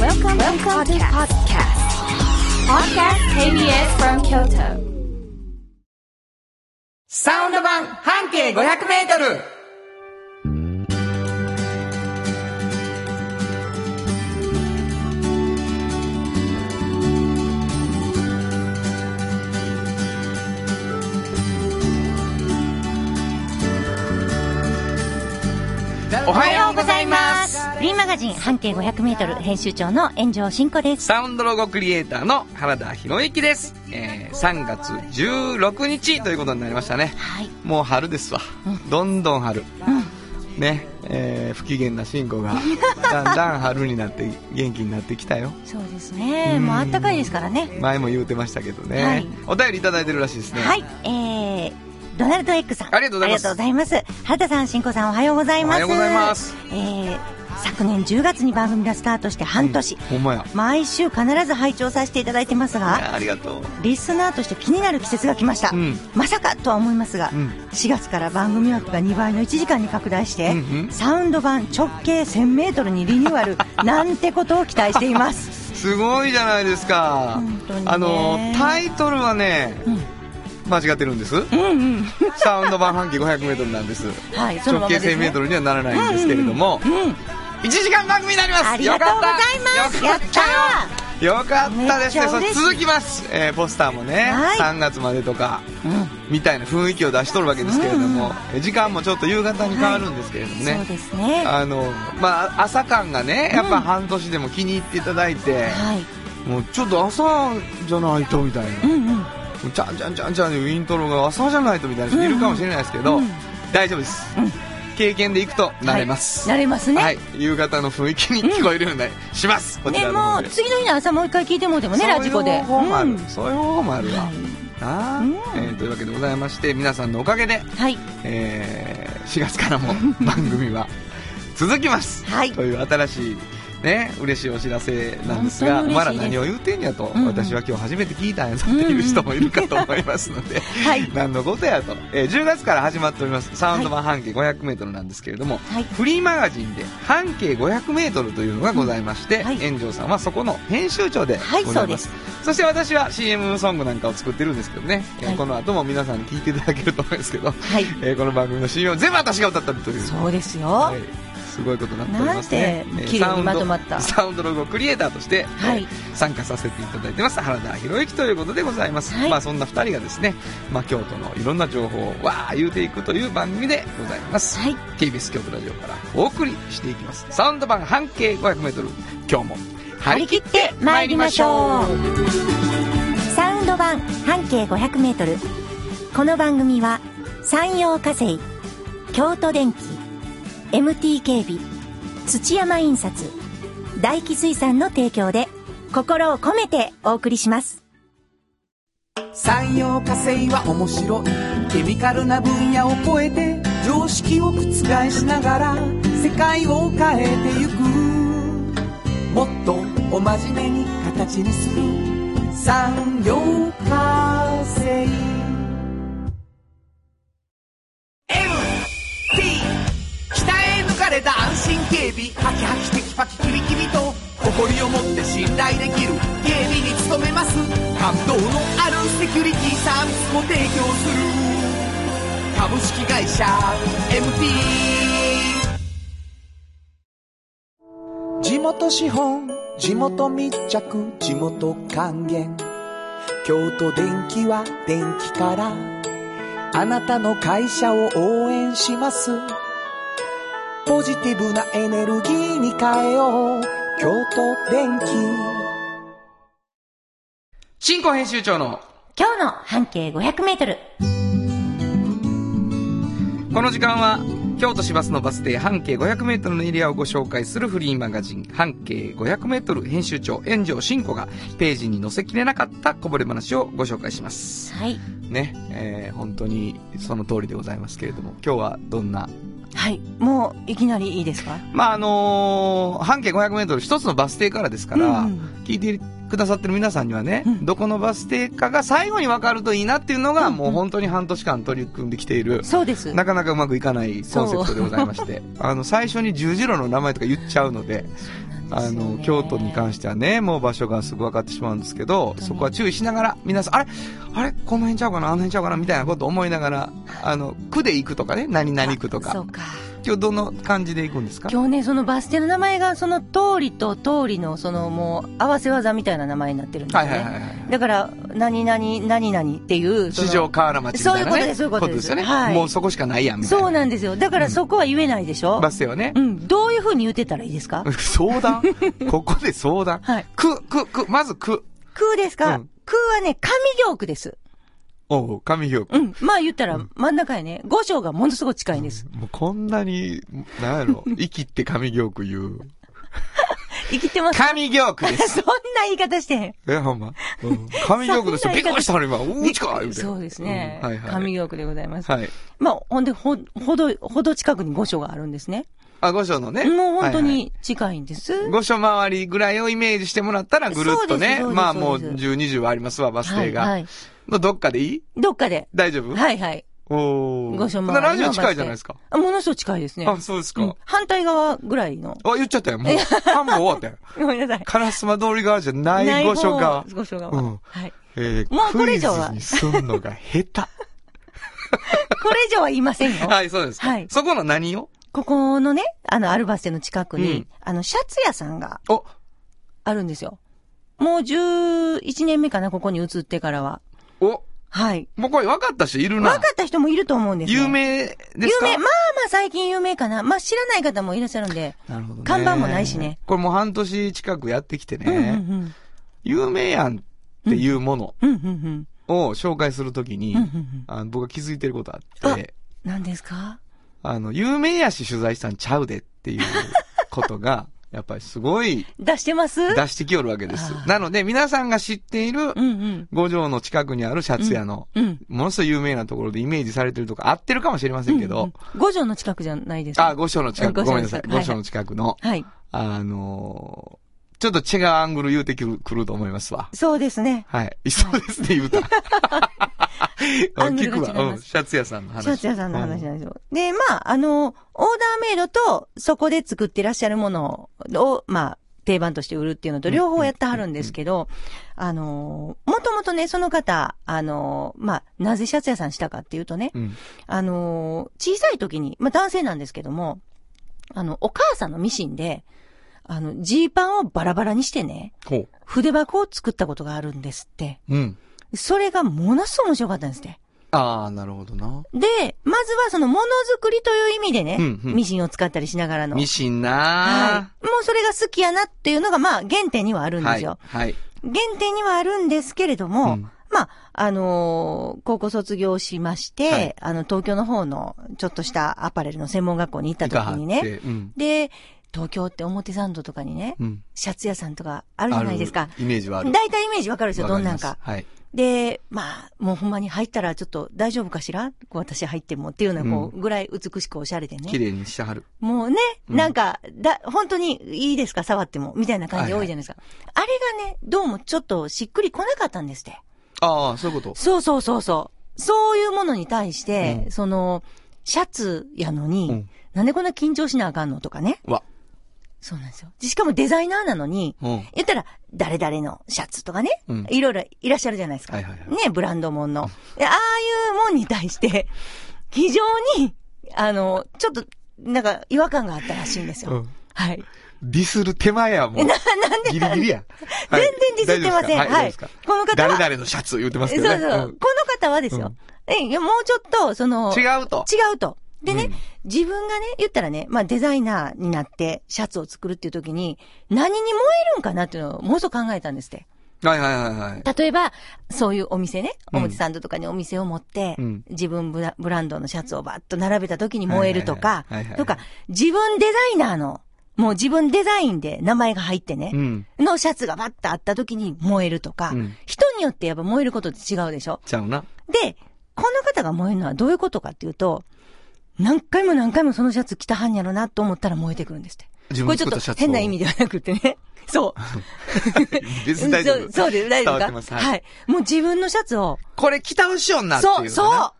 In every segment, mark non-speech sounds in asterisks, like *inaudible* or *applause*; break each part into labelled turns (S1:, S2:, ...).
S1: Welcome, to the podcast. Podcast KBS from Kyoto.
S2: サウンド版半径500メートルおはようございます
S3: フリーマガジン半径 500m 編集長の炎上真子です。
S2: サウンドロゴクリエイターの原田博之です、えー、3月16日ということになりましたね
S3: はい。
S2: もう春ですわ、どんどん春、ねえー不機嫌な慎
S3: *laughs*
S2: 吾がだんだん春になって元気になってきたよ
S3: そうですね。もうあったかいですからね。
S2: 前も言うてましたけどね、
S3: はい
S2: お便りいただいてるらしいですね
S3: はい。えー、ドナルドエッグさん。
S2: ありがとうございます
S3: ありがとうございます原田さん、真子さん、おはようございます。
S2: おはようございます。
S3: えー、昨年10月に番組がスタートして半年。
S2: ほんまや
S3: 毎週必ず拝聴させていただいてます
S2: あ
S3: が、
S2: ありがとう
S3: リスナーとして気になる季節が来ました。
S2: うん
S3: まさかとは思いますが、
S2: うん
S3: 4月から番組枠が2倍の1時間に拡大して、
S2: うんうん
S3: サウンド版直径 1000m にリニューアルなんてことを期待してい
S2: *laughs*
S3: ます。
S2: すごいじゃないですか
S3: 本当にね
S2: あのタイトルはね、間違ってるんです、サウンド版半径 500m なんです
S3: はい、そのま
S2: 直
S3: ま
S2: 径
S3: です、ね。
S2: 1000m にはならないんですけれども、1時間番組になります
S3: ありがとうございます。
S2: よ
S3: や
S2: か
S3: っ
S2: ったたよよかったです
S3: め
S2: ね
S3: っちゃ
S2: そ
S3: 嬉し
S2: れ
S3: い
S2: 続きます、えーポスターもね、
S3: はい
S2: 3月までとか
S3: ー、
S2: みたいな雰囲気を出しとるわけですけれども、え時間もちょっと夕方に変わるんですけれどもね、
S3: そうですね。は
S2: あのまあ、朝感がねやっぱ半年でも気に入っていただいて、
S3: い。
S2: もうちょっと朝じゃないとみたいな、
S3: う
S2: も
S3: んうん。
S2: うちゃんちゃんちゃんちゃんいうイントロが朝じゃないとみたいな人いるかもしれないですけど、
S3: うんうん
S2: 大丈夫です、経験でいくと慣れます、
S3: はい慣れますね
S2: はい、夕方の雰囲気に聞こえるようになりします、こち
S3: で
S2: らの
S3: も
S2: 方
S3: う次の日の朝もう一回聞いてもうてもねラジコで。
S2: そういう方法もある、
S3: うん
S2: そういう方法もあるわ、なあ
S3: うん
S2: えーというわけでございまして皆さんのおかげで、
S3: はい。
S2: えー4
S3: *laughs*
S2: 月からも番組は続きます、
S3: はい
S2: という新しいね嬉しいお知らせなんです
S3: 本
S2: が
S3: 当に嬉しいです
S2: お前ら何を言うてんやと、
S3: んうん
S2: 私は今日初めて聞いたんやとっていう人もいるかと思いますので、
S3: *laughs* はい
S2: 何のことやと、えー10月から始まっておりますサウンド版半径 500m なんですけれども、
S3: はい
S2: フリーマガジンで半径 500m というのがございまして、
S3: はい
S2: 炎上さんはそこの編集長で
S3: はい
S2: ござ
S3: そ
S2: いうま,、
S3: ですす
S2: そして私は CM ソングなんかを作ってるんですけどね、えー
S3: はい
S2: この後も皆さんに聞いていただけると思うんですけど、
S3: はい。
S2: *laughs* えーこの番組の CM を全部私が歌ったという
S3: そうですよ。
S2: はいすごいことになっておりますね
S3: なんて
S2: えー
S3: 綺麗にまとまった
S2: サウンドサウンドロゴクリエイターとして、
S3: はい
S2: えー参加させていただいてます原田博之ということでございます、
S3: はい
S2: まあそんな2人がですね、まあ、京都のいろんな情報をわー言うていくという番組でございます、
S3: はい
S2: TBS 京都ラジオからお送りしていきますサウンド版半径 500m 今日も張り切って参りましょう
S3: サウンド版半径 500m この番組は山陽火星京都電機 MT 警備土山印刷大気水産の提供で心を込めてお送りします
S4: 産業化成は面白いケミカルな分野を超えて常識を覆しながら世界を変えてゆくもっとお真面目に形にする産業化成 MT 鍛え抜かれた安心警備ハキハキテキパキキビキビと誇りを持って信頼できる警備に努めます感動のあるセキュリティサービスも提供する株式会社 MT 地元資本地元密着地元還元京都電気は電気からあなたの会社を応援しますポジティブなエネルギーに変えよう京都電気
S2: 新婚編集長の
S3: 今日の半径 500m
S2: この時間は京都市バスのバス停半径 500m のエリアをご紹介するフリーマガジン半径 500m 編集長炎上真子がページに載せきれなかったこぼれ話をご紹介します。
S3: はい
S2: ね、えー本当にその通りでございますけれども、今日はどんな、
S3: はいもういきなりいいですか
S2: まあ、あのー半径 500m 一つのバス停からですから、
S3: うん
S2: 聞いてくださってる皆さんにはね、
S3: うん
S2: どこのバス停かが最後に分かるといいなっていうのが、もう本当に半年間取り組んできている、
S3: そうです
S2: なかな
S3: *laughs*
S2: かうまくいかないコンセプトでございまして、あの、最初に十字路の名前とか言っちゃうので、あの、京都に関してはね、もう場所がすぐ分かってしまうんですけど、そこは注意しながら、皆さん、あれあれこの辺ちゃうかなあの辺ちゃうかなみたいなこと思いながら、あの、区で行くとかね、何々区と
S3: あそ
S2: か
S3: う。か。
S2: 今日どの感じで行くんですか
S3: 今日ね、そのバス停の名前が、その通りと通りの、そのもう、合わせ技みたいな名前になってるんです
S2: は
S3: よ
S2: い
S3: ね。
S2: はいはいはい。
S3: だから、何々、何々っていう。その
S2: 市場河原町みたいな、ね。
S3: そういうことですそういうことです
S2: よね、
S3: はい
S2: もうそこしかないやん、みたいな。
S3: そうなんですよ。だからそこは言えないでしょ、
S2: バス停はね
S3: う。ん。どういうふうに言ってたらいいですか
S2: 相談ここで相談。
S3: はい
S2: く、く、く、まずく。
S3: 空ですか、
S2: うん
S3: 空はね、上行区です。
S2: おう、上表
S3: うん。まあ言ったら真ん中やね。五章がものすごく近いんです。
S2: もうこんなに、なんやろ、生きって上行区言う。
S3: 生きてます。
S2: 上行区です。
S3: *laughs* そんな言い方してへん。
S2: え、ほんま。うん上行区ですよ。
S3: そんな言い方
S2: びっくりしたの今。おうちか言て
S3: そうですね。
S2: うんはいはい。
S3: 上行区でございます。
S2: はい。
S3: まあ、ほんで、ほ、ほど、ほど近くに五章があるんですね。
S2: あ、五所のね。
S3: もう本当
S2: はいはい。
S3: に近いんです。
S2: 五所周りぐらいをイメージしてもらったらぐるっと
S3: そう
S2: ね。
S3: ですそうです
S2: まあもう
S3: そうで
S2: 10、20はありますわ、バス停
S3: は
S2: が。
S3: い、はい。
S2: のどっかでいい
S3: どっかで。
S2: 大丈夫い。
S3: はいはい。
S2: おー。
S3: 五所回りの
S2: ほんならラジオ近いじゃないですか。
S3: あものすごく近いですね。
S2: あ、そうです
S3: う
S2: か
S3: ん。反対側ぐらい
S2: *laughs*
S3: の。
S2: あ、言っちゃったよ。もう。半分終わったよ。
S3: ごめんなさい。
S2: 烏丸通り側じゃない五所が。
S3: ご所が。
S2: うん
S3: はい。
S2: えー
S3: もうこれ以上は
S2: クイズにすんのが下
S3: これ以 *laughs* 上は言いません
S2: 手。
S3: よ。
S2: はい、そうですか。
S3: はい
S2: そこの何を
S3: ここのね、あの、アルバステの近くに、
S2: うん
S3: あの、シャツ屋さんが
S2: お、
S3: あるんですよ。もう11年目かな、ここに移ってからは。
S2: お、
S3: はい。
S2: もうこれ分かった人いるな。
S3: 分かった人もいると思うんですよ。
S2: 有名で
S3: 有
S2: すか
S3: 名。まあまあ最近有名かな。まあ知らない方もいらっしゃるんで。
S2: なるほどね
S3: 看板もないしね。
S2: これもう半年近くやってきてね、
S3: うんうん
S2: 有名やんっていうもの
S3: うん。うんうんうん。
S2: を紹介するときに、
S3: うんうんうん
S2: あの僕が気づいてることあって、
S3: 何ですか
S2: あの、有名やし取材したんちゃうでっていうこ
S3: *laughs*
S2: とが、やっぱりすごい
S3: 出してます
S2: 出してきよるわけです
S3: あ。ー
S2: なので皆さんが知っている
S3: うんうん。
S2: 五条の近くにあるシャツ屋の、
S3: うん。
S2: ものすごい有名なところでイメージされてるとか合ってるかもしれませんけど、
S3: うんうん。五条の近くじゃないですか。
S2: あ、五所の近
S3: う
S2: く、
S3: ん
S2: ごめんなさい。
S3: 五
S2: 五
S3: 所
S2: 所
S3: の
S2: の近くの、
S3: はい。
S2: あのーちょっと違うアングル言うてくるくると思いますわ。
S3: そうですね。
S2: はい。そうですね、言うた。
S3: *laughs* アング
S2: 聞
S3: ルが違
S2: く
S3: い
S2: わ。 *laughs* う
S3: ま
S2: ん。
S3: す
S2: シャツ屋さんの話。
S3: シャツ屋さんの話
S2: う
S3: なん
S2: ん
S3: ですよ。で、まあ、あの、オーダーメイドと、そこで作ってらっしゃるものを、まあ、定番として売るっていうのと、両方やってはるんですけど、あの、もともとね、その方、あの、まあ、なぜシャツ屋さんしたかっていうとね、
S2: うん。
S3: あの、小さい時に、まあ、男性なんですけども、あの、お母さんのミシンで、あの、ジーパンをバラバラにしてね、
S2: ほう。
S3: 筆箱を作ったことがあるんですって。
S2: うん。
S3: それがものすごく面白かったんですって。
S2: ああ、なるほどな。
S3: で、まずはそのものづくりという意味でね、
S2: うんうん
S3: ミシンを使ったりしながらの。
S2: ミシンな
S3: はい。もうそれが好きやなっていうのが、まあ、原点にはある
S2: ー
S3: んですよ。
S2: はい。
S3: 原点にはあるんですけれども、
S2: うん
S3: まあ、あのー高校卒業しまして、
S2: はい
S3: あの、東京の方のちょっとしたアパレルの専門学校に行った
S2: いか
S3: 時
S2: はっ
S3: に
S2: て
S3: ね、
S2: うん。
S3: で、東京って表参道とかにね、
S2: うん。
S3: シャツ屋さんとかあ
S2: あ
S3: るじゃないですか。
S2: るイメージはある。
S3: 大体イメージわかるでしょ、どんなん
S2: わ
S3: か
S2: り。ますはい。
S3: で、まあ、もうほんまに入ったらちょっと大丈夫かしらこう私入ってもっていうような、こう、ぐらい美しくおしゃれでね。
S2: 綺麗にしてはる。
S3: もうね、
S2: うん
S3: なんか、だ、本当にいいですか触っても、みたいな感じ多いじゃないですか。あれがね、どうもちょっとしっくり来なかったんですって。
S2: ああ、そういうこと。
S3: そうそうそうそう。そういうものに対して、
S2: うん
S3: その、シャツやのに、
S2: うん
S3: なんでこんな緊張しなあかんのとかね。
S2: うわ。
S3: そうなんですよ。しかもデザイナーなのに、
S2: うん。
S3: 言ったら、誰々のシャツとかね、
S2: うん
S3: いろいろいらっしゃるじゃないですか。
S2: はいはいはい
S3: ね、ブランドもんの。でああいうもんに対して、 *laughs* 非常に、あの、ちょっと、なんか、違和感があったらしいんですよ。
S2: うん
S3: はい。
S2: ディスる手前やもう。
S3: なんで
S2: ギリギリや。は
S3: 全然
S2: い
S3: ディスってません。
S2: 大
S3: は
S2: 丈夫
S3: い。
S2: ですかはい
S3: この方
S2: 誰
S3: は、
S2: 々のシャツ言ってます
S3: そう
S2: け
S3: そう。
S2: どね。
S3: この方はですよ。え、いやもうちょっと、その、
S2: うん違うと。
S3: 違うと。でね、
S2: うん
S3: 自分がね、言ったらね、まあデザイナーになってシャツを作るっていう時に、何に燃えるんかなっていうのをもう一度考えたんですって。
S2: はいはいはいはい。
S3: 例えば、そういうお店ね、
S2: うん
S3: 表参道とかにお店を持って、
S2: うん
S3: 自分ブラブランドのシャツをバッと並べた時に燃えるとか
S2: はいはいはいはいはいは、い
S3: とか、自分デザイナーの、もう自分デザインで名前が入ってね、
S2: うん。
S3: のシャツがバッとあった時に燃えるとか、
S2: うん
S3: 人によってやっぱ燃えることって違うでしょ。
S2: ちゃうな。
S3: で、この方が燃えるのはどういうことかっていうと、何回も何回もそのシャツ着たはんやろなと思ったら燃えてくるんですって。
S2: 自
S3: こ
S2: 分
S3: れ
S2: で
S3: ちょっと
S2: 作ったシャツを
S3: 変な意味ではなくってね。そう。
S2: *laughs* 別に大丈夫。
S3: そうそうです、大丈夫
S2: 伝わって
S3: か
S2: ます
S3: は
S2: はい
S3: い、もう自分のシャツを、
S2: これ着倒しよんなっていう
S3: そ
S2: ね。
S3: う、そう、
S2: いはい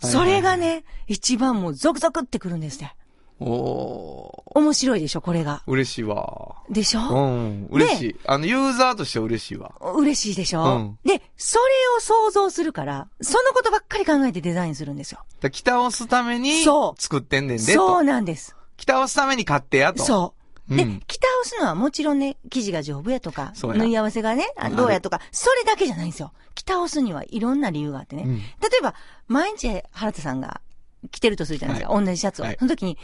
S3: それがね、一番もうゾクゾクってくるんですって。
S2: おー
S3: 面白いでしょ、これが。
S2: 嬉しいわ。
S3: でし
S2: う
S3: ょ、
S2: ん、嬉しい。あの、ユーザーとしては嬉しいわ。
S3: 嬉しいでしょ、
S2: うん
S3: で、それを想像するから、そのことばっかり考えてデザインするんですよ。
S2: だ北を押すために、
S3: そう
S2: 作ってんねんで、
S3: そう
S2: と。
S3: なんです。
S2: 北を押すために買ってや、と。
S3: そう。
S2: う
S3: で、
S2: ん
S3: 着倒すのはもちろんね、生地が丈夫やとか、
S2: そうや
S3: 縫い合わせがね、あ
S2: うん
S3: どうやとか、それだけじゃないんですよ。着倒すにはいろんな理由があってね。
S2: うん
S3: 例えば、毎日原田さんが着てるとするじゃないですか、
S2: は
S3: 同じシャツを。
S2: はい
S3: その時に、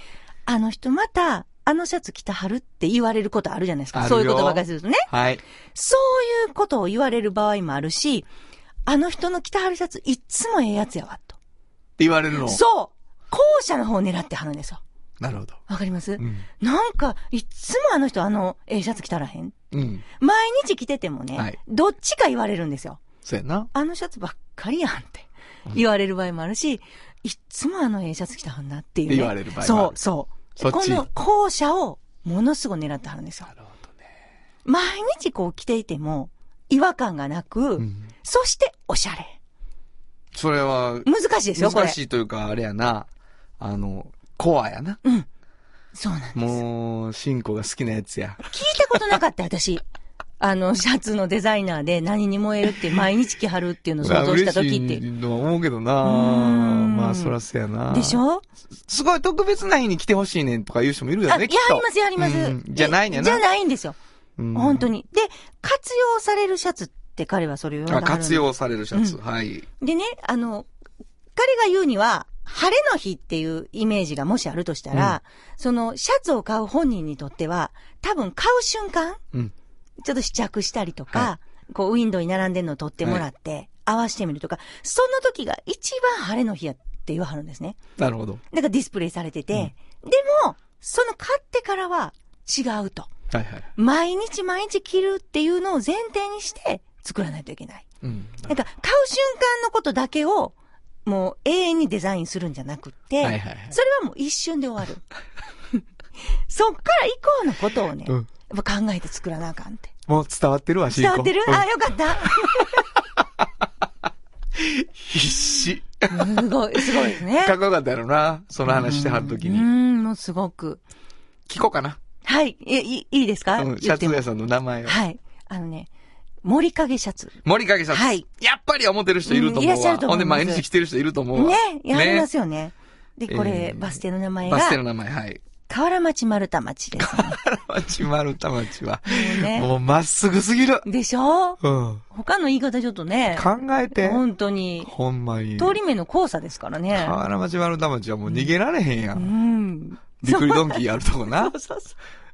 S3: あの人また、あのシャツ着たはるって言われることあるじゃないです
S2: あ
S3: か。
S2: る
S3: そういう
S2: よ
S3: ことばっかりするとね。
S2: はい。
S3: そういうことを言われる場合もあるし、あの人の着たはるシャツいっつもええやつやわ、と。
S2: って言われるの。
S3: そう後者の方を狙ってはるんですよ。
S2: なるほど。
S3: わかります、
S2: うん。
S3: なんか、いっつもあの人あの、ええシャツ着たらへん。
S2: うん。
S3: 毎日着ててもね、
S2: はい
S3: どっちか言われるんですよ。
S2: そうやな。
S3: あのシャツばっかりやんって言われる場合もあるし、いっつもあのええシャツ着たはんなっていう、ね。
S2: 言われる場合もあ
S3: そ
S2: る
S3: う、そう。
S2: そっち
S3: この校舎をものすごい狙ってはるんですよ。
S2: なるほどね。
S3: 毎日こう着ていても違和感がなく、
S2: うん。
S3: そしておしゃれ。
S2: それは、
S3: 難しいですよ、これ。
S2: 難しいというか、あれやな。あの、コアやな。
S3: そうなんです。
S2: もう、シンコが好きなやつや。
S3: 聞いたことなかった、私。 *laughs* あの、シャツのデザイナーで何に燃えるって毎日着はるっていうのを想像した時っ。
S2: 嬉していのは思うけどな
S3: うん
S2: まあ、そらそうやな
S3: でしょ
S2: すごい特別な日に来てほしいねんとか言う人もいるよ
S3: あ、
S2: ね、
S3: や
S2: きっと。
S3: ります、やります
S2: うん。じゃないねん
S3: じゃ
S2: な。
S3: ないんですよ。
S2: うん
S3: 本当に。で、活用されるシャツって彼はそれを呼んでは
S2: あ、
S3: るんです
S2: 活。用されるシャツ。はい。
S3: でね、あの、彼が言うには、晴れの日っていうイメージがもしあるとしたら、そのシャツを買う本人にとっては、多分買う瞬間、
S2: うん。
S3: ちょっと試着したりとか、
S2: は
S3: こうウィンドウに並んでるのを取ってもらって、合わせてみるとか、その時が一番晴れの日やって言わはるんですね。
S2: なるほど。
S3: なんかディスプレイされてて、でも、その買ってからは違うと。
S2: はいはい。
S3: 毎日毎日着るっていうのを前提にして作らないといけない。
S2: うん。
S3: なんか買う瞬間のことだけをもう永遠にデザインするんじゃなくって、
S2: はいはいはい
S3: それはもう一瞬で終わる。
S2: *laughs*
S3: そっから以降のことをね、
S2: うん
S3: やっぱ考えて作らなあかんって。
S2: もう伝わってるわ、シン
S3: 伝
S2: コ。
S3: わってる
S2: うん
S3: あ、よかった。
S2: 必死。
S3: すごい、すごいです
S2: *laughs*
S3: ね。
S2: かっこよかったやろな。その話してはるとき
S3: うー
S2: に。
S3: ん、もうすごく。
S2: 聞こうかな。
S3: はい、えいいいですか、
S2: うんシ
S3: 言
S2: ャ
S3: って
S2: ツ
S3: も
S2: 屋さんの名前を。
S3: はい。あのね、森影シャツ。
S2: 森影シャツ。
S3: はい
S2: やっぱり思ってる人いると
S3: うんいら
S2: 思
S3: っ
S2: う
S3: しゃ
S2: わ。
S3: ると
S2: ほ
S3: 思
S2: ん
S3: い
S2: で
S3: ます
S2: 毎日着てる人いると思うわ。
S3: ね、やります
S2: よ。
S3: よね。で、これ、
S2: えー
S3: バス停の名前が
S2: バ、ス停の名前、はい。 *laughs*
S3: 河原町丸太町です、ね。
S2: 町丸太町は。
S3: ね。
S2: もうまっすぐすぎる。
S3: でしょ
S2: うん。
S3: 他の言い方ちょっとね、
S2: 考えて。
S3: 本当に、
S2: ほんまに。
S3: 通り目の交差ですからね。
S2: 河原町丸太町はもう逃げられへんや。
S3: うんん。
S2: びっくりドンキーあるとこな。
S3: そうそう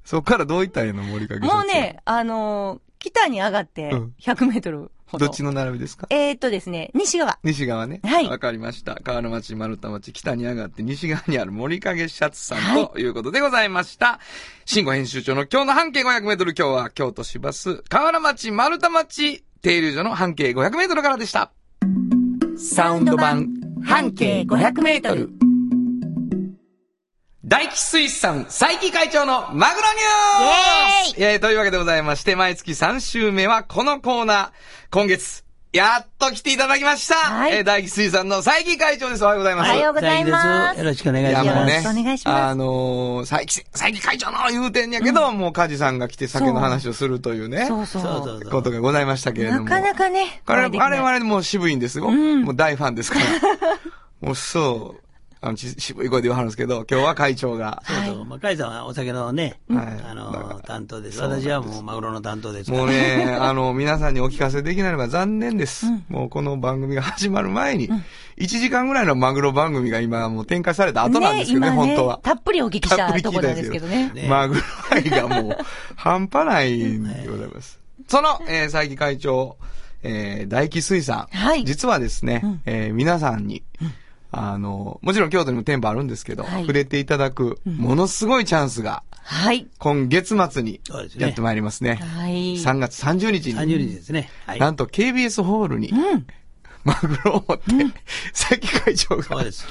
S2: そっからどういったんやの森影シャツ
S3: も
S2: は
S3: うね、あのー北に上がって
S2: うん、
S3: 100メートルほど。
S2: どっちの並びですか
S3: えーっとですね、西側。
S2: 西側ね。
S3: はい
S2: わかりました。河原町、丸太町、北に上がって西側にある森影シャツさん、
S3: はい
S2: ということでございました。新語編集長の今日の半径500メートル、今日は京都市バス、河原町、丸太町、停留所の半径500メートルからでした。
S5: サウンド版半径500メートル。
S2: 大吉水産佐伯会長のマグロニュースイエーイというわけでございまして、毎月3週目はこのコーナー。今月、やっと来ていただきました、
S3: はい
S2: えー大吉水産の佐伯会長です。おはようござい
S3: お
S2: ます。
S3: はようございます
S6: 大変ですよ。ろしくお願い
S2: い
S6: し
S2: や
S6: ま
S2: も
S6: す。
S2: う
S3: よ
S2: ね
S3: ろしくお願いします
S2: あのー、佐伯せ、佐伯会長の言うてんやけど、もう梶さんが来て酒の話をするというね、
S3: そうそう。
S6: そうそうそ
S2: こ
S6: う。
S2: とがございましたけれど
S3: な
S2: も。
S3: かなかね。
S2: これ、
S3: お会いできない
S2: 我々もう渋いんですよ。
S3: ん
S2: もう大ファンですから。もうそう、あの、ち渋い声で言わはるんですけど、今日は会長が。
S6: そうそう。まあ、カイさんはお酒のね、
S2: はい
S6: あ
S2: だから
S6: の、担当です。
S2: そうなんで
S6: 私
S2: す
S6: はもうマグロの担当ですから。
S2: もうね、 *laughs* あの、皆さんにお聞かせできないのが残念です。もうこの番組が始まる前に、1時間ぐらいのマグロ番組が今もう展開された後なんですよね、
S3: ね今
S2: 本当は。
S3: たっぷりお聞きしたた
S2: っぷり聞い
S3: とこ
S2: た
S3: なんん
S2: で
S3: ですす
S2: け
S3: け
S2: ど
S3: どね。
S6: ね
S2: マグロ愛がもう、半端ないんでございます。その、えー、佐伯会長、えー、大吉水産。
S3: はい
S2: 実はですね、
S3: ん
S2: えー皆さんに、あの、もちろん京都にも店舗あるんですけど、
S3: はい
S2: 触れていただく、ものすごいチャンスが、
S3: はい。
S2: 今月末に
S6: そうですね
S2: やってまいりますね。
S3: はい。
S2: 3月30日に。
S6: 30日ですね。はい。
S2: なんと KBS ホールに、マグロを持って、佐伯会長
S6: そ
S2: が *laughs*
S6: うです、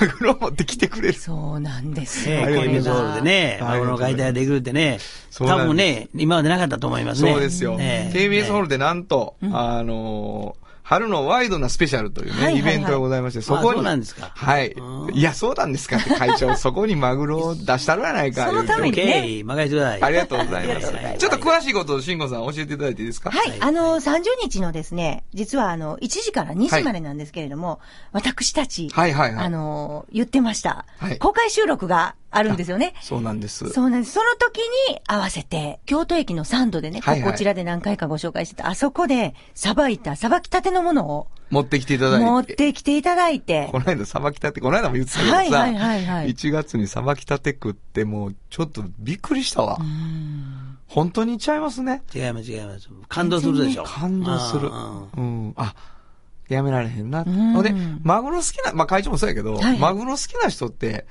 S2: マグロを持って来てくれる。
S3: そうなんですよ。
S6: ね
S2: ありがとうございま
S6: ケー
S2: す
S6: ブルホールでね、
S2: あ
S6: マ
S2: りがとう
S6: グロ
S2: ご
S6: の
S2: ざいます
S6: 解体ができるってね、
S2: そうな
S6: 多
S2: んです
S6: 分ね、今までなかったと思いますね。
S2: そうですよ。
S6: ええ
S2: KBS ホールでなんと、あのー春のワイドなスペシャルというね、
S3: はいはいはい
S2: イベントがございまして、そ
S6: あ
S2: こに。
S6: そうなんですか
S2: はい。
S6: うん
S2: いや、そうなんですかって会
S6: *laughs*
S2: 長、そこにマグロを出したるやないか。
S3: そのためにね
S2: 言うて
S6: 経緯任せてください。
S2: ありがとうございま
S6: ははは
S2: す。ちょっと詳しいことを慎吾さん教えていただいていいですか
S3: はい、あの、30日のですね、実はあの、1時から2時までなんですけれども、私たち、
S2: はいはいはい
S3: あの、言ってました、
S2: はい
S3: 公開収録があるんですよね。
S2: そうなんです。
S3: そうなんです。その時に合わせて、京都駅のサンドでね、
S2: はいはい
S3: こちらで何回かご紹介してた、あそこで、さばいた、さばきたてのものを、
S2: 持ってきていただいて。
S3: 持ってきていただいて
S2: *laughs* こ、の間、さばきたて、この間も言ってたけどさ、
S3: はいはいはいはい
S2: 1月にさばきたて食って、もう、ちょっとびっくりしたわ。本当にいっちゃいますね。
S6: 違います、違います。感動するでしょ。
S2: 感動する。
S6: うん
S2: うん。あ、やめられへんな。
S3: ん
S2: ので、マグロ好きな、まあ、会長もそうやけど、
S3: はい
S2: マグロ好きな人って、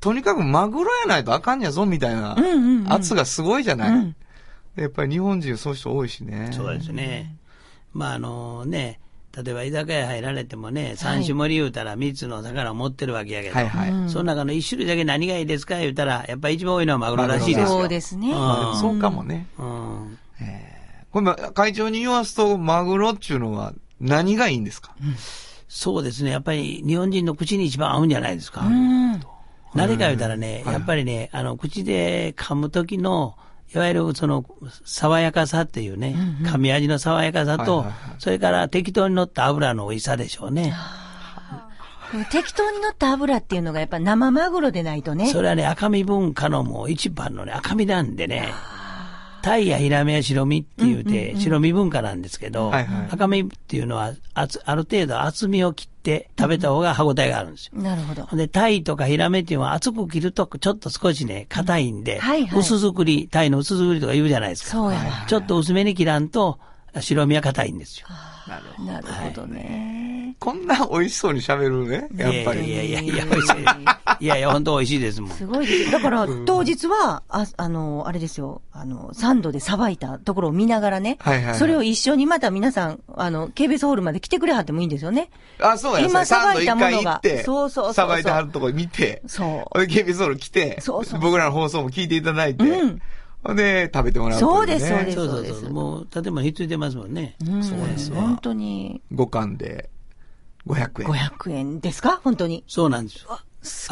S2: とにかくマグロやないとあかんやぞ、みたいな
S3: うんうんう、ん
S2: 圧がすごいじゃない、
S3: うん
S2: でやっぱり日本人そういう人多いしね。
S6: そうですね。まあ、あのね、例えば居酒屋入られてもね、三種盛り言うたら三つの魚を持ってるわけやけど、
S2: はいはい。
S6: その中の一種類だけ何がいいですか言うたら、やっぱり一番多いのはマグロらしいです
S3: そ
S6: よ。
S3: うですね。
S2: まあでもそうかもね。
S6: うん。
S2: これま、会長に言わすと、マグロっていうのは何がいいんですか、
S6: そうですね。やっぱり日本人の口に一番合うんじゃないですか。
S3: うん。
S6: 何か言うたらね、やっぱりね、あの、口で噛む時の、いわゆるその、爽やかさっていうね、噛み味の爽やかさ
S2: は
S6: と
S2: いはいは、
S6: それから適当に乗った油の美味しさでしょうね。
S3: この適当に乗った油っていうのがやっぱ生マグロでないとね。
S6: それはね、赤身文化のもう一番のね、赤身なんでね、タイやヒラメや白身って言うて、白身文化なんですけど、
S2: はいはい
S6: 赤身っていうのは厚ある程度厚みを切って食べた方が歯応えがあるんですよ。
S3: なるほど。
S6: で、タイとかヒラメっていうのは厚く切るとちょっと少しね、硬いんで、
S3: はいはい
S6: 薄作り、タイの薄作りとか言うじゃないですか。
S3: そうやわ。
S6: ちょっと薄めに切らんと、白身は硬いんですよ。
S3: なるほどね。
S2: こんな美味しそうに喋るね。やっぱり。
S6: いやいやいやいや、美味しい。いやいや、本当美味しいですもん。
S3: すごいです。だから、当日は、あ、あの、あれですよ、あの、サンドでさばいたところを見ながらね、
S2: はいはいはい
S3: それを一緒にまた皆さん、あの、KBS ホールまで来てくれはってもいいんですよね。
S2: あ、そうや
S3: 今
S2: サンド
S3: 捌いたものが
S2: 一回行っ
S3: そ
S2: て、
S3: うそうそうそう
S2: さばいてはるとこ見て、
S3: そう
S2: ほんで、ケビソール来て、
S3: そうそう
S2: 僕らの放送も聞いていただいて、
S3: うん
S2: ほんで、食べてもらうとい
S3: そうですそうです
S6: そうそうそう。もう、建物引っついてますもんね。
S3: そうです本当に、
S2: 5巻で500円。
S3: 500円ですか本当に。
S6: そうなんですよ。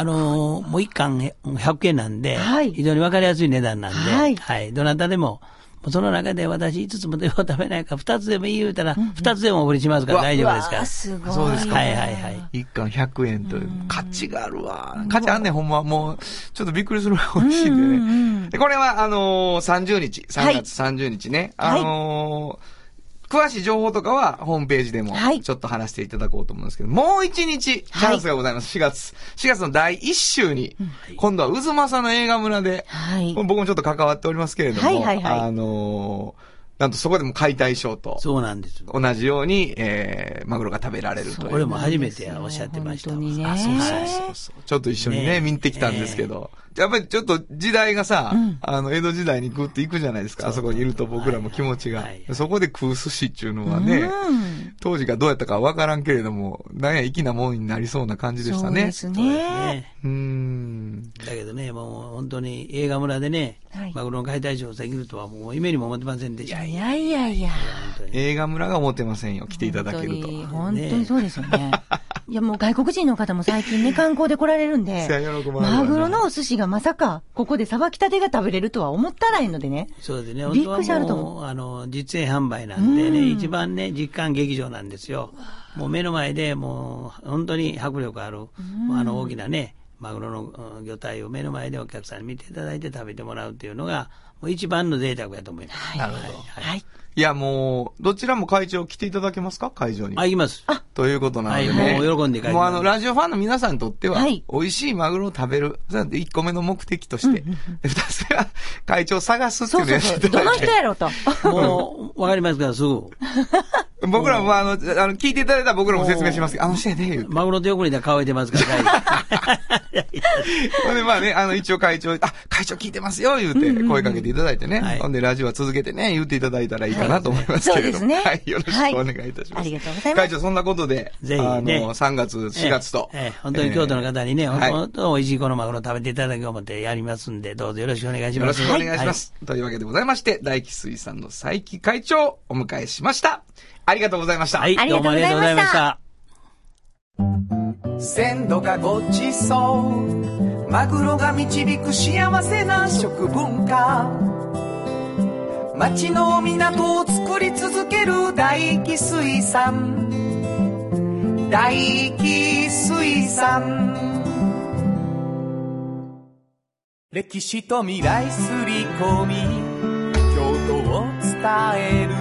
S6: あのーもう一貫え100円なんで、
S3: はい
S6: 非常にわかりやすい値段なんで、
S3: は
S6: はいい。どなたでも、もうその中で私5つもでも食べないから、2つでもいい言うたら、2つでもお売りしますから大丈夫ですから。
S3: あ、すごい。
S2: そうですか
S6: はいはいはい。
S2: 1巻100円という、価値があるわ。価値あんねん、ほんま。もう、ちょっとびっくりするぐらい美味しいんでね。で、これは、あのー、30日、
S3: はい
S2: 3月30日ね。
S3: はい
S2: あのー詳しい情報とかは、ホームページでも
S3: はい、
S2: ちょっと話していただこうと思うんですけど、もう1日、チャンスがございます。4月。4月の第1週に、今度は渦政の映画村で、
S3: はい。
S2: 僕もちょっと関わっておりますけれども、
S3: はいはいはい
S2: あのーなんとそこでも解体ショーと
S6: そうなんです。
S2: 同じように、えーマグロが食べられるとい
S6: こ
S2: う。
S6: れも初めておっしゃってましたわ。
S3: 本当にね。
S2: あそうそうそうそう。ちょっと一緒にね、
S6: ね
S2: 見てきたんですけど。やっぱりちょっと時代がさ、あの、江戸時代にグッと行くじゃないですか。あそこにいると僕らも気持ちが。
S6: はいはい
S2: そこで食う寿司っていうのはね、当時がどうやったかわからんけれども、なんや粋なもんになりそうな感じでした
S3: そう
S2: ね
S3: で。す
S6: そうです
S3: ね。
S6: ね。
S2: うーん。
S6: だけどね、もう本当に映画村でね、
S3: はい
S6: マグロの解体ショーをできるとはもう夢にも思ってませんでした。
S3: いやいやいや。
S2: 映画村が思ってませんよ。来ていただける
S3: 本
S2: と。
S3: 当に、本当にそうですよ
S2: *laughs*
S3: ね。いや、もう外国人の方も最近ね、観光で来られるんで
S2: *laughs* そや喜、ばれるわな
S3: マグロのお寿司がまさか、ここでさばきたてが食べれるとは思ったらいいのでね。
S6: そうですね。
S3: びっ
S6: 本当
S3: くりしは
S6: は
S3: ると
S6: も
S3: 思
S6: う、あの、実演販売なんでね、一番ね、実感劇場なんですよ。もう目の前でもう、本当に迫力ある、あの、大きなね、マグロのうん魚体を目の前でお客さんに見ていただいて食べてもらうっていうのが、もう一番の贅沢やと思います。はい。
S2: なるほど。
S3: はい。
S2: いや、もう、どちらも会長来ていただけますか会場に。
S6: あ、行きます。
S2: ということなのでね。
S6: はいもう喜んで帰り
S2: も
S6: ます
S2: うあの、ラジオファンの皆さんにとっては、
S3: はい
S2: 美味しいマグロを食べる。それ1個目の目的として。で、2つ目は、会長を探すってい
S3: そうう
S2: の
S3: そ
S2: をや
S3: う
S2: っ
S3: そう。
S2: ていた
S3: ど
S2: だ
S3: の
S2: い
S3: 人
S2: て。
S3: やろ
S2: *laughs*
S3: うと。
S6: もう、わかりますから、すぐ。
S2: 僕らも、あの、あの、聞いていただいたら僕らも説明しますけど、あの人やで、言うて *laughs*
S6: マグロとよく似た顔してますから、大丈夫やいや
S2: ほんで、まあね、あの、一応会長、あ、会長聞いてますよ、言うて、声かけていただいてね。
S6: はい
S2: ほんで、ラジオは続けてね、言っていただいたらいいかなと思いますけれども。
S3: はい
S2: *laughs* はい、よろしくお願いいたしま
S3: は
S2: す。
S3: いありがとうございます
S2: 会長、そんなことで、
S6: ぜひね
S2: あの、3月、4月と。
S6: ええええ本当に京都の方にね、
S2: ええ
S6: ほん
S2: はい
S6: 本当美味しいこのマグロ食べていただこうと思ってやりますんで、どうぞよろしくお願いし
S2: よ
S6: ま
S2: ろ
S6: す。
S2: しくお願いします。というわけでございまして、大吉水産の佐伯会長をお迎えしました。ありがとうございました。
S6: はい。はい、どうもありがとうございました。
S4: 鮮度がごちそうマグロが導く幸せな食文化町の港を作り続ける大気水産大気水産歴史と未来すり込み京都を伝える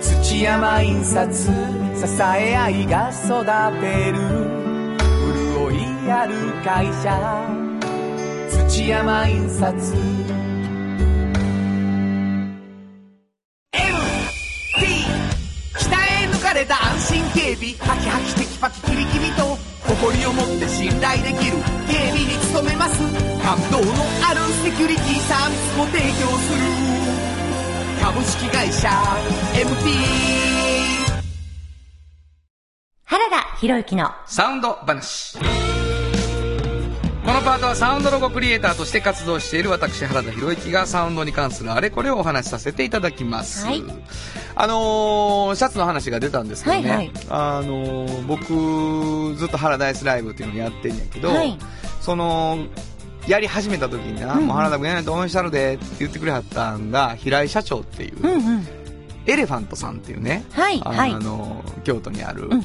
S4: 土山印刷支え合いが育てる潤いある会社土山印刷 MT 北へ抜かれた安心警備ハキハキテキパキキビキビと誇りを持って信頼できる警備に努めます感動のあるセキュリティサービスも提供する株式会社 MT
S5: 原田博之の
S2: サウンド話。このパートはサウンドロゴクリエイターとして活動している私原田博之がサウンドに関するあれこれをお話しさせていただきます。
S5: はい
S2: あのーシャツの話が出たんですけどね、
S3: はいはい
S2: あのー僕ずっと原ダイスライブっていうのをやってんやけど、
S3: はい
S2: その、やり始めた時にな、もう原田君やないと応援したるでって言ってくれはったんが、平井社長っていう、
S3: うんうん。
S2: エレファントさんっていうね、
S3: はい
S2: あ
S3: はい
S2: あの京都にある、
S3: ん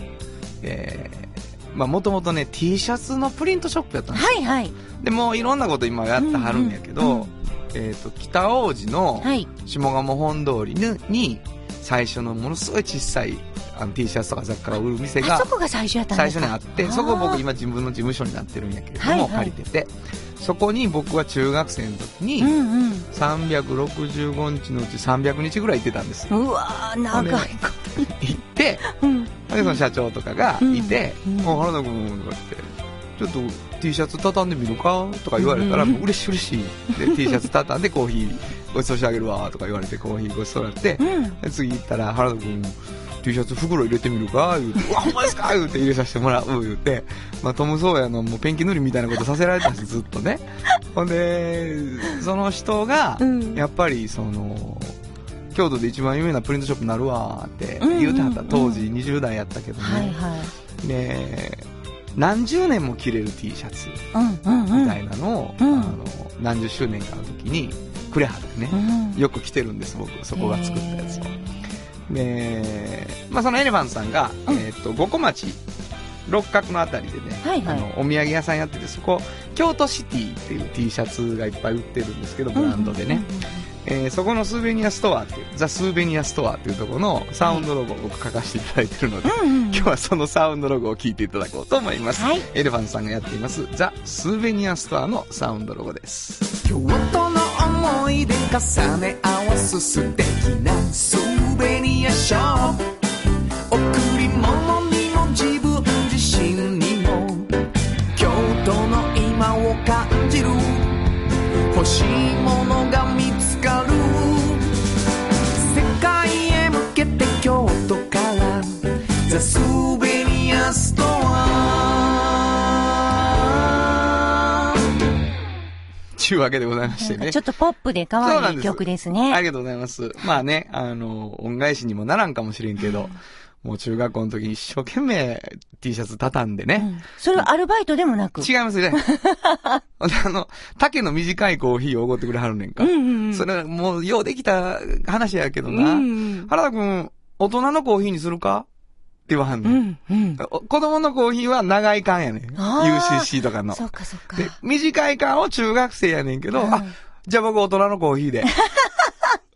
S2: えーまあもともとね T シャツのプリントショップやったんですよ、
S3: はいはい。
S2: でもういろんなこと今やってはるんやけど、
S3: うんうんうん
S2: えっ、と北大路の
S3: はい。
S2: 下鴨本通りにに最初のものすごい小さいあの T シャツとか雑貨が売る店
S3: あ
S2: が
S3: そこが最初やったん
S2: 最
S3: で
S2: 初
S3: す
S2: に
S3: か
S2: あってそこ僕
S3: 今。
S2: 今自分の事務所になってるんやけれども、
S3: はいはい
S2: 借りててそこに僕は中学生の時に、
S3: うん
S2: 365日のうち300日ぐらい行ってたんです
S3: うん。うわー、長いこ
S2: 行って
S3: と。うん。
S2: でその社長とかがいて「
S3: うんうん
S2: あ原田君」とか言って「ちょっと T シャツ畳んでみるか?」とか言われたら「
S3: うん
S2: もう嬉しい嬉しい」で T シャツ畳んでコーヒーごちそうしてあげるわとか言われてコーヒーごちそうになって
S3: うん。
S2: で次行ったら「原田君 T シャツ袋入れてみるか?」言うて「うわほんまですか?」言うて入れさせてもらう言うて、まあ、トム・ソーヤのもうペンキ塗りみたいなことさせられたん
S3: *laughs*
S2: ですずっとねほんでその人が
S3: うん
S2: やっぱりその京都で一番有名なプリントショップになるわって言うてはった、
S3: うんうんうん
S2: 当時20代やったけどね、
S3: はいはい。
S2: で何十年も着れる T シャツ
S3: うんうんう
S2: み
S3: ん
S2: た。いなのを、
S3: うん
S2: あの何十周年かの時にくれはってね
S3: う、ん
S2: よく着てるんです僕そこが作ったやつをで、まあ、そのエレファントさんが、
S3: うん
S2: えー、と五個町六角のあたりでね、
S3: はいはい
S2: あのお土産屋さんやっててそこ京都シティっていう T シャツがいっぱい売ってるんですけどブランドでね、えーそこのスーベニアストアっていうザ・スーベニアストアっていうところのサウンドロゴを僕書かせていただいてるので、
S3: うんうん
S2: 今日はそのサウンドロゴを聞いていただこうと思います、
S3: はい
S2: エレファントさんがやっていますザ・スーベニアストアのサウンドロゴです
S4: 京都の思い出重ね合わす素敵なスーベニアショップ贈り物にも自分自身にも京都の今を感じる欲しいものが見つかる世界へ向けて京都からザ・スーベニアストア
S2: ちゅうわけでございまして
S3: なん
S2: ね
S3: かちょっとポップで可
S2: そうな
S3: 愛い
S2: んです
S3: 曲です
S2: あ
S3: ね。
S2: りがとうございます。まあね、あの、恩返しにもならんかもしれんけど、もう中学校の時に一生懸命 T シャツ畳んで
S3: う
S2: ね。
S3: んそれはアルバイトでもなく。
S2: 違います
S3: *laughs*
S2: ね。ほんであの、丈の短いコーヒーをおごってくれはるねんか。
S3: うんうんうん
S2: それはもう、ようできた話やけど
S3: う
S2: な。
S3: ん
S2: 原田くん、大人のコーヒーにするかって言わはん
S3: う
S2: ねん。
S3: んうん。
S2: お子供のコーヒーは長い缶やねん。
S3: あー
S2: UCC とかの。
S3: そうかそうか。
S2: で、短い缶を中学生やねんけど、
S3: うん
S2: あ、じゃあ僕大人のコーヒー
S3: *laughs*
S2: で。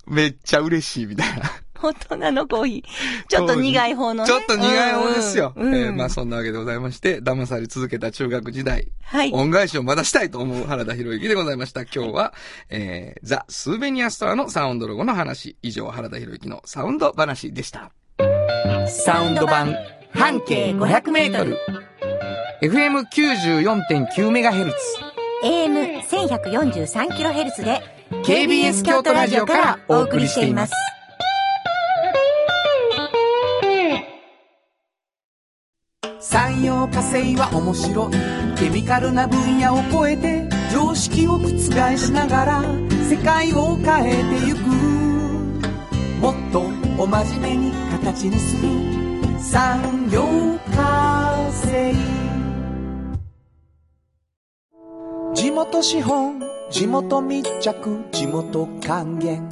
S2: めっちゃ嬉しいみたいな。
S3: 大人のコーヒー。ちょっと苦い方のね。
S2: ちょっと苦い方ですよ。
S3: うんうん
S2: えーまあそんなわけでございまして、騙され続けた中学時代、
S3: はい。
S2: 恩返しをまだしたいと思う原田博之でございました。今日は、えー、ザ・スーベニアストアのサウンドロゴの話、以上原田博之のサウンド話でした。
S4: サウンド版半径500メートル。
S2: FM94.9MHz
S5: AM1143kHz で
S2: KBS 京都ラジオからお送りしています。
S4: 産業化成は面白いケミカルな分野を超えて常識を覆しながら世界を変えてゆくもっとお真面目に形にする産業化成地元資本地元密着地元還元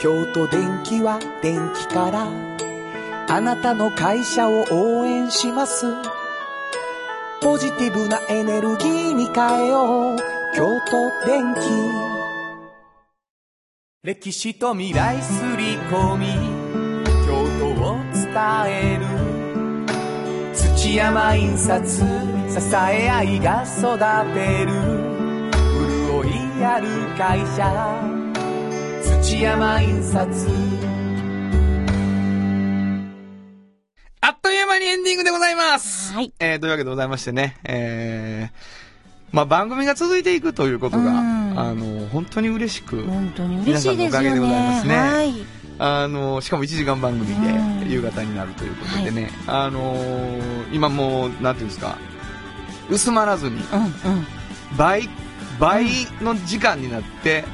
S4: 京都電気は電気からあなたの会社を応援します。ポジティブなエネルギーに変えよう。京都電気。歴史と未来すり込み、京都を伝える。土山印刷、支え合いが育てる。潤いある会社、土山印刷。
S2: あっという間にエンディングでございます。
S5: はい
S2: えーというわけでございましてね、えー、まあ番組が続いていくということが、
S3: うん
S2: あの、本当に嬉しく、
S3: 本当に嬉しいですよね。
S2: 皆さんのおかげでございますね
S3: はい。
S2: あの、しかも1時間番組
S3: う
S2: で
S3: ん
S2: 夕方になるということでね、あのー今もう、なんていうんですか、薄まらずに、
S3: う
S2: 倍、倍の時間になって、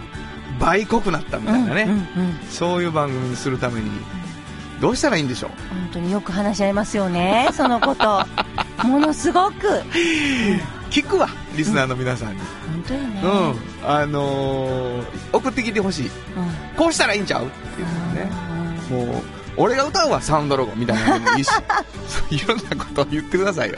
S2: 倍濃くなったみ
S3: ん
S2: た
S3: うん。
S2: いなね、
S3: うんうんうん
S2: そういう番組にするために、どうしたらいいんでしょう
S3: 本当によく話し合いますよね、その
S2: *laughs*
S3: こと。ものすごく。
S2: 聞くわ、リスナーの皆さんに。
S3: 本当よね。
S2: う。ん、あのー送ってきてほしい。こうしたらいいんちゃうっていうのね。もう、俺が歌うわ、サウンドロゴみたいなのでもい *laughs* いし、そういろんなことを言ってくださいよ。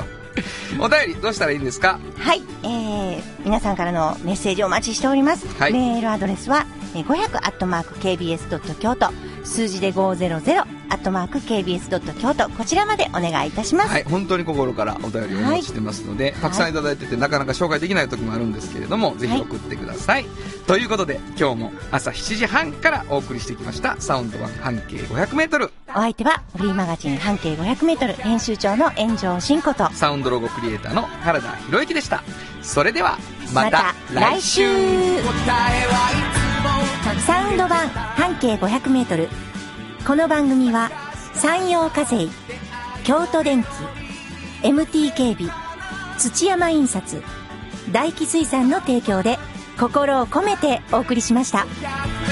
S2: お便り、どうしたらいいんですか
S3: はい、えー、皆さんからのメッセージをお待ちしております、
S2: はい
S3: メールアドレスはえー500アットマーク KBS ドット京都数字で500アットマーク KBS ドット京都こちらまでお願いいたします、
S2: はい、本当に心からお便りをお待ちしてますので、たくさんいただいてて、なかなか紹介できない時もあるんですけれども、ぜひ送ってください。ということで、今日も朝7時半からお送りしてきました、サウンド版半径500メートル。
S3: お相手はフリーマガジン半径 500m 編集長の炎上真子と
S2: サウンドロゴクリエイターの原田博之でした。それでは、ま
S3: ま
S2: た
S3: た
S2: 来
S3: 来
S2: 週
S3: 週
S5: サウンド版半径 500m この番組は山陽火星京都電機 MT 警備土山印刷大気水産の提供で心を込めてお送りしました。
S4: 「100メートル走ればいつも